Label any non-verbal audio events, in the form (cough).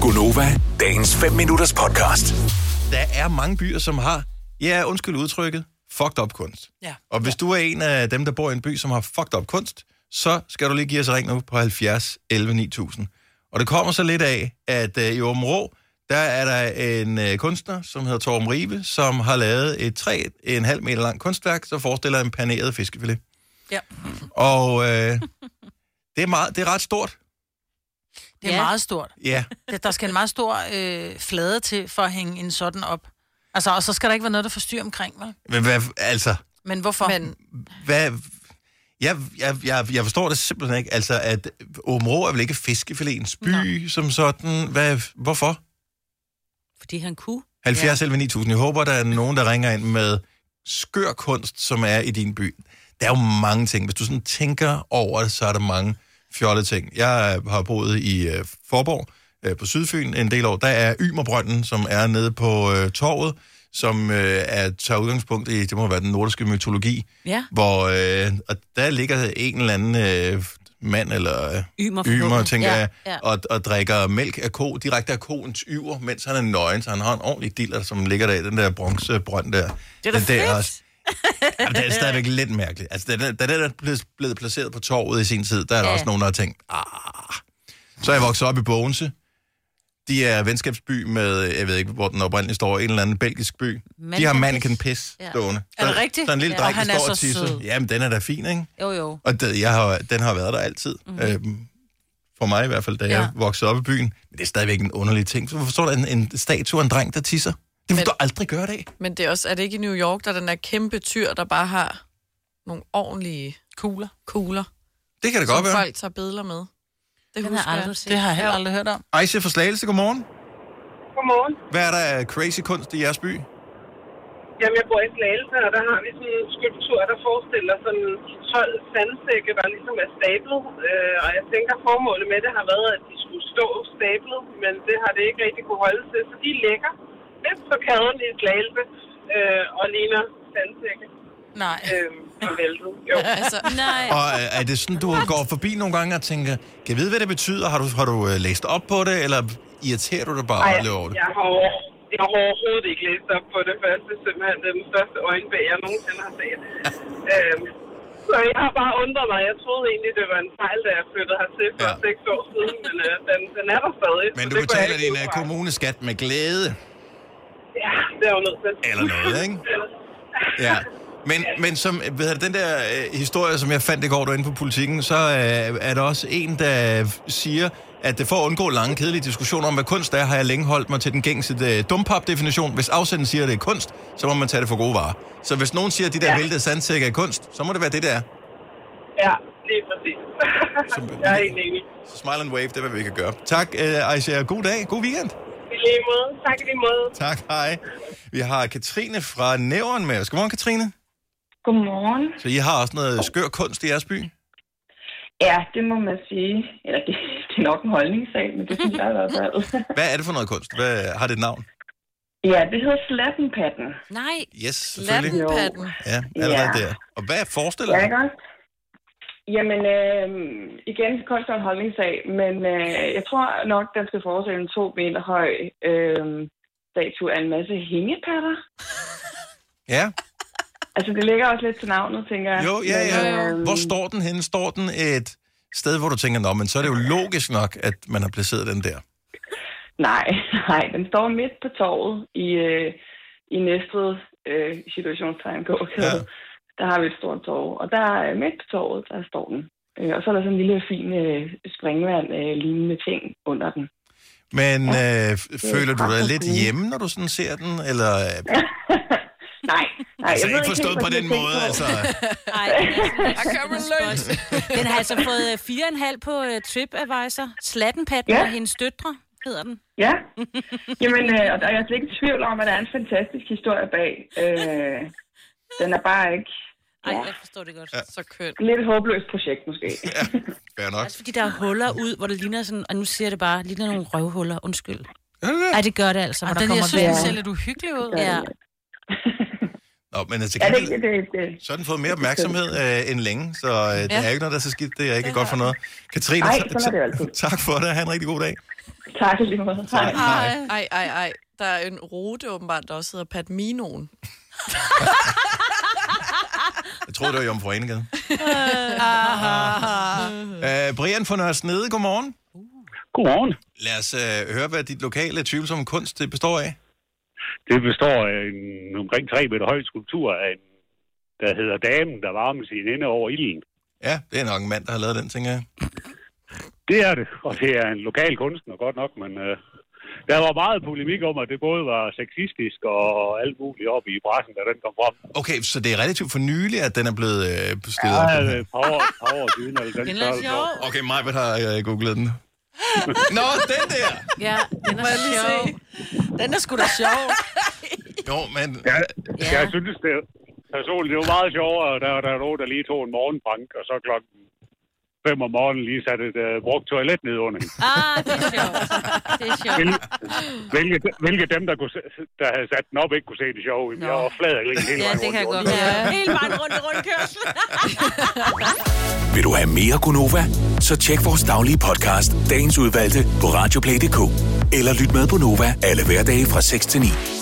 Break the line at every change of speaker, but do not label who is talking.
Gunova, dagens 5 minutters podcast.
der er mange byer, som har, ja, undskyld udtrykket, fucked up kunst.
Ja.
Og hvis du er en af dem, der bor i en by, som har fucked up kunst, så skal du lige give os et ring nu på 70 11 9000. Og det kommer så lidt af, at øh, i Åben Rå, der er der en øh, kunstner, som hedder Torben Ribe, som har lavet et træ, en halv meter langt kunstværk, der forestiller en paneret fiskefilet.
Ja.
Og øh, det, er meget, det er ret stort.
Det er
Ja.
ja. meget stort.
Ja,
Der- Der skal en meget stor øh, flade til for at hænge en sådan op. Altså, og så skal der ikke være noget, der forstyrrer omkring, vel?
men hvad, altså,
Men hvorfor? Men,
hvad... Jeg, jeg, jeg, jeg forstår det simpelthen ikke. Altså, at Åben Rå er vel ikke fiskefiletens by som sådan. Hvad, hvorfor?
Fordi han kunne.
70 ja. 9000. Jeg håber, der er nogen, der ringer ind med skør kunst, som er i din by. Der er jo mange ting. Hvis du sådan tænker over det, så er der mange fjollede ting. Jeg øh, har boet i øh, Forborg øh, på Sydfyn en del år. Der er Ymerbrønden, som er nede på øh, torvet, som øh, er, tager udgangspunkt i, det må være den nordiske mytologi,
Ja.
hvor øh, og der ligger en eller anden øh, mand eller øh,
Ymer for
ymer,
hunden.
tænker
Ja,
jeg,
ja.
Og, og drikker mælk af ko, direkte af koens yver, mens han er nøgen, så han har en ordentlig diller, som ligger der i den der bronzebrønd der.
Det er da
den der
fedt.
ja, det er stadigvæk lidt mærkeligt. Altså, da, den- da den er blevet- blevet placeret på torvet i sin tid, der er der
Ja.
også nogen, der har tænkt, ah. Så er jeg vokset op i Bogense. De er venskabsby med, jeg ved ikke, hvor den oprindeligt står, en eller anden belgisk by. De har
Mannequin
mannequin
Piss.
piss
Ja.
stående.
Er det
Så-
rigtigt?
Så en lille
Ja.
dreng, der
Og han er
står og
så
tisser.
sød.
Jamen, den er da fin, ikke?
Jo, jo.
Og det, jeg har, den har været der altid. Mm-hmm. Øhm, for mig i hvert fald, da ja.
Mhm. Ja.
jeg voksede op i byen. Men det er stadigvæk en underlig ting. Så forstår du, en, en statue af en dreng, der tisser? Det vil
Men-
du aldrig gøre i dag.
Men det er, også, er det ikke i New York, der er den der kæmpe tyr, der bare har nogle ordentlige
kugler.
kugler,
Det kan det godt
som
være.
folk tager billeder med? Det
Den har jeg aldrig set.
Det har jeg heller aldrig hørt om.
Ejse for Slagelse, godmorgen.
Godmorgen.
Hvad er der af crazy kunst i jeres by?
Jamen, jeg bor i Slagelse, og der har vi sådan en skulptur, der forestiller sådan 12 sandsække, der ligesom er stablet. Øh, og jeg tænker, formålet med det har været, at de skulle stå stablet, men det har det ikke rigtig kunne holde til. Så de ligger lidt på kaden i Slagelse øh, og ligner sandsække
Nej.
øh, og væltet. Jo.
Altså,
(laughs) Nej.
Og øh, er det sådan, du går forbi nogle gange og tænker, kan jeg vide, hvad det betyder? Har du, har du øh, læst op på det, eller irriterer du dig bare lidt over det?
jeg har, over- jeg har overhovedet ikke læst op på det, for jeg synes simpelthen, det er den største øjenbæg, jeg nogensinde har
(laughs)
set. øhm, så jeg har bare undret mig. Jeg troede egentlig, det var en fejl, da jeg flyttede hertil for
Ja.
ja. seks år siden, men øh, den, den er der stadig. så
Men du
det går
betaler
jeg ikke
din
ud
øh,
fra.
kommuneskat med glæde.
Ja, det er jo nødt til.
Eller noget, ikke?
(laughs)
Ja. Men, men som, øh, hvad hedder det, den der øh, historie, som jeg fandt i går derinde på politikken, så øh, er der også en, der siger, at det for at undgå lange, kedelige diskussioner om, hvad kunst er, har jeg længe holdt mig til den gængse øh, dumpap-definition. Hvis afsenden siger, at det er kunst, så må man tage det for gode varer. Så hvis nogen siger, at de der ja.
Ja.
væltede sandsække er kunst, så må det være det, der er.
(laughs) ja, lige præcis.
Som-
(laughs) jeg er helt enig.
Så smile and wave, det er, hvad vi kan gøre. Tak, øh, Aisha. God dag. God weekend.
I lige måde. Tak i lige måde.
Tak, hej. Vi har Katrine fra Nævren med os. Godmorgen, Katrine.
Godmorgen.
Så I har også noget skør kunst i jeres by?
Ja, det må man sige. Eller det, det er nok en holdningssag, men det synes jeg i hvert fald.
Hvad er det for noget kunst? Hvad har det et navn?
ja, det hedder Slattenpatten.
Nej.
Yes, selvfølgelig.
lattenpatten.
Ja, allerede
Ja.
der. Og hvad forestiller
Ja,
du?
ikke også? Jamen, øh, igen, kunst er en holdningssag, men øh, jeg tror nok, den skal forestille en to meter høj øh, statue af en masse hængepatter.
Ja,
Altså, det ligger også lidt til navnet, tænker jeg.
jo, ja, ja.
øh,
Hvor står den henne? Står den et sted, hvor du tænker, nå, men så er det jo logisk nok, at man har placeret den der.
Nej, (laughs) nej, den står midt på torvet i, øh, i næstved øh, situationstegn gå.
Ja.
Ja. Der har vi et stort torv, og der øh, midt på torvet, der står den. Øh, og så er der sådan en lille fin øh, springvand øh, lignende ting under den. (laughs)
Men øh, f- føler du dig lidt hjemme, når du sådan ser den? Eller,
nej, nej,
altså
jeg ved
ikke forstået
helt,
på
hvad
den
jeg tænker
måde,
på.
altså.
Ej,
Jeg kører mig løs.
den har altså fået øh, 4,5 på uh, TripAdvisor. Slattenpatten
Ja.
og hendes døtre hedder den.
Ja, jamen, øh, og der er jeg slet ikke i tvivl om, at der er en fantastisk historie bag. Øh, den er bare ikke
Ej, jeg forstår det godt. Ja.
Så kønt.
lidt håbløst projekt, måske.
Fair nok.
Også
Altså,
fordi der er huller ud, hvor det ligner sådan, og nu siger jeg det bare, ligner nogle røvhuller, undskyld.
Er det det?
Nej, det gør det altså, når
Og
der
den, jeg
kommer
synes, den
vejr.
ser lidt uhyggelig ud.
Ja.
Nå, men altså,
(laughs) Ja, det,
kan
det, det.
så har den fået mere opmærksomhed øh, end længe, så øh, det er ikke noget, der er så skidt. Det er ikke godt for noget. Katrine,
Ej,
ta- (laughs)
sådan er det jo altid.
ta- tak for det. Ha' en rigtig god dag.
Tak lige meget. Hej.
Nej.
Ej, ej, ej. Der er en rute åbenbart, der også hedder Padminoen.
Jeg troede, det var Jomfru Anegade. uh, Brian fra Nørre Snede, godmorgen.
Godmorgen.
Lad os uh, høre, hvad dit lokale tvivlsomme kunst det består af.
Det består af en omkring 3 meter høj skulptur af en, der hedder Damen, der varmer sin ende over ilden.
Ja, det er nok en mand, der har lavet den, tænker jeg.
Det er det, og det er en lokal kunstner godt nok, men øh, der var meget polemik om, at det både var sexistisk og alt muligt op i pressen, da den kom frem.
Okay, så det er relativt for nylig, at den er blevet uh,
Ja,
stedet op.
det er øh, et par år, par år siden, eller den
Den er
størrelse.
sjov.
Okay, mig har uh, googlet
(laughs)
den. Nå, den der!
Ja, den er sjov.
Den er sgu da sjov.
Jo, men...
Ja,
Ja.
jeg synes det personligt, det var meget sjovere, der der er nogen, der lige tog en morgenbank, og så klokken 5 om morgenen lige satte et uh, brugt toilet ned under hende.
Ah, det er sjovt. Det er sjovt.
Hvil- Hvilke, hvilke dem, der, kunne se, der havde sat den op, ikke kunne se det sjove. i. Jeg var flad og grinede hele
Ja,
vejen
det kan jeg
rundt.
godt være. Hele vejen rundt i rundkørsel.
Vil du have mere Gunova? Så tjek vores daglige podcast, dagens udvalgte, på radioplay.dk. Eller lyt med på Nova alle hverdage fra 6 til 9.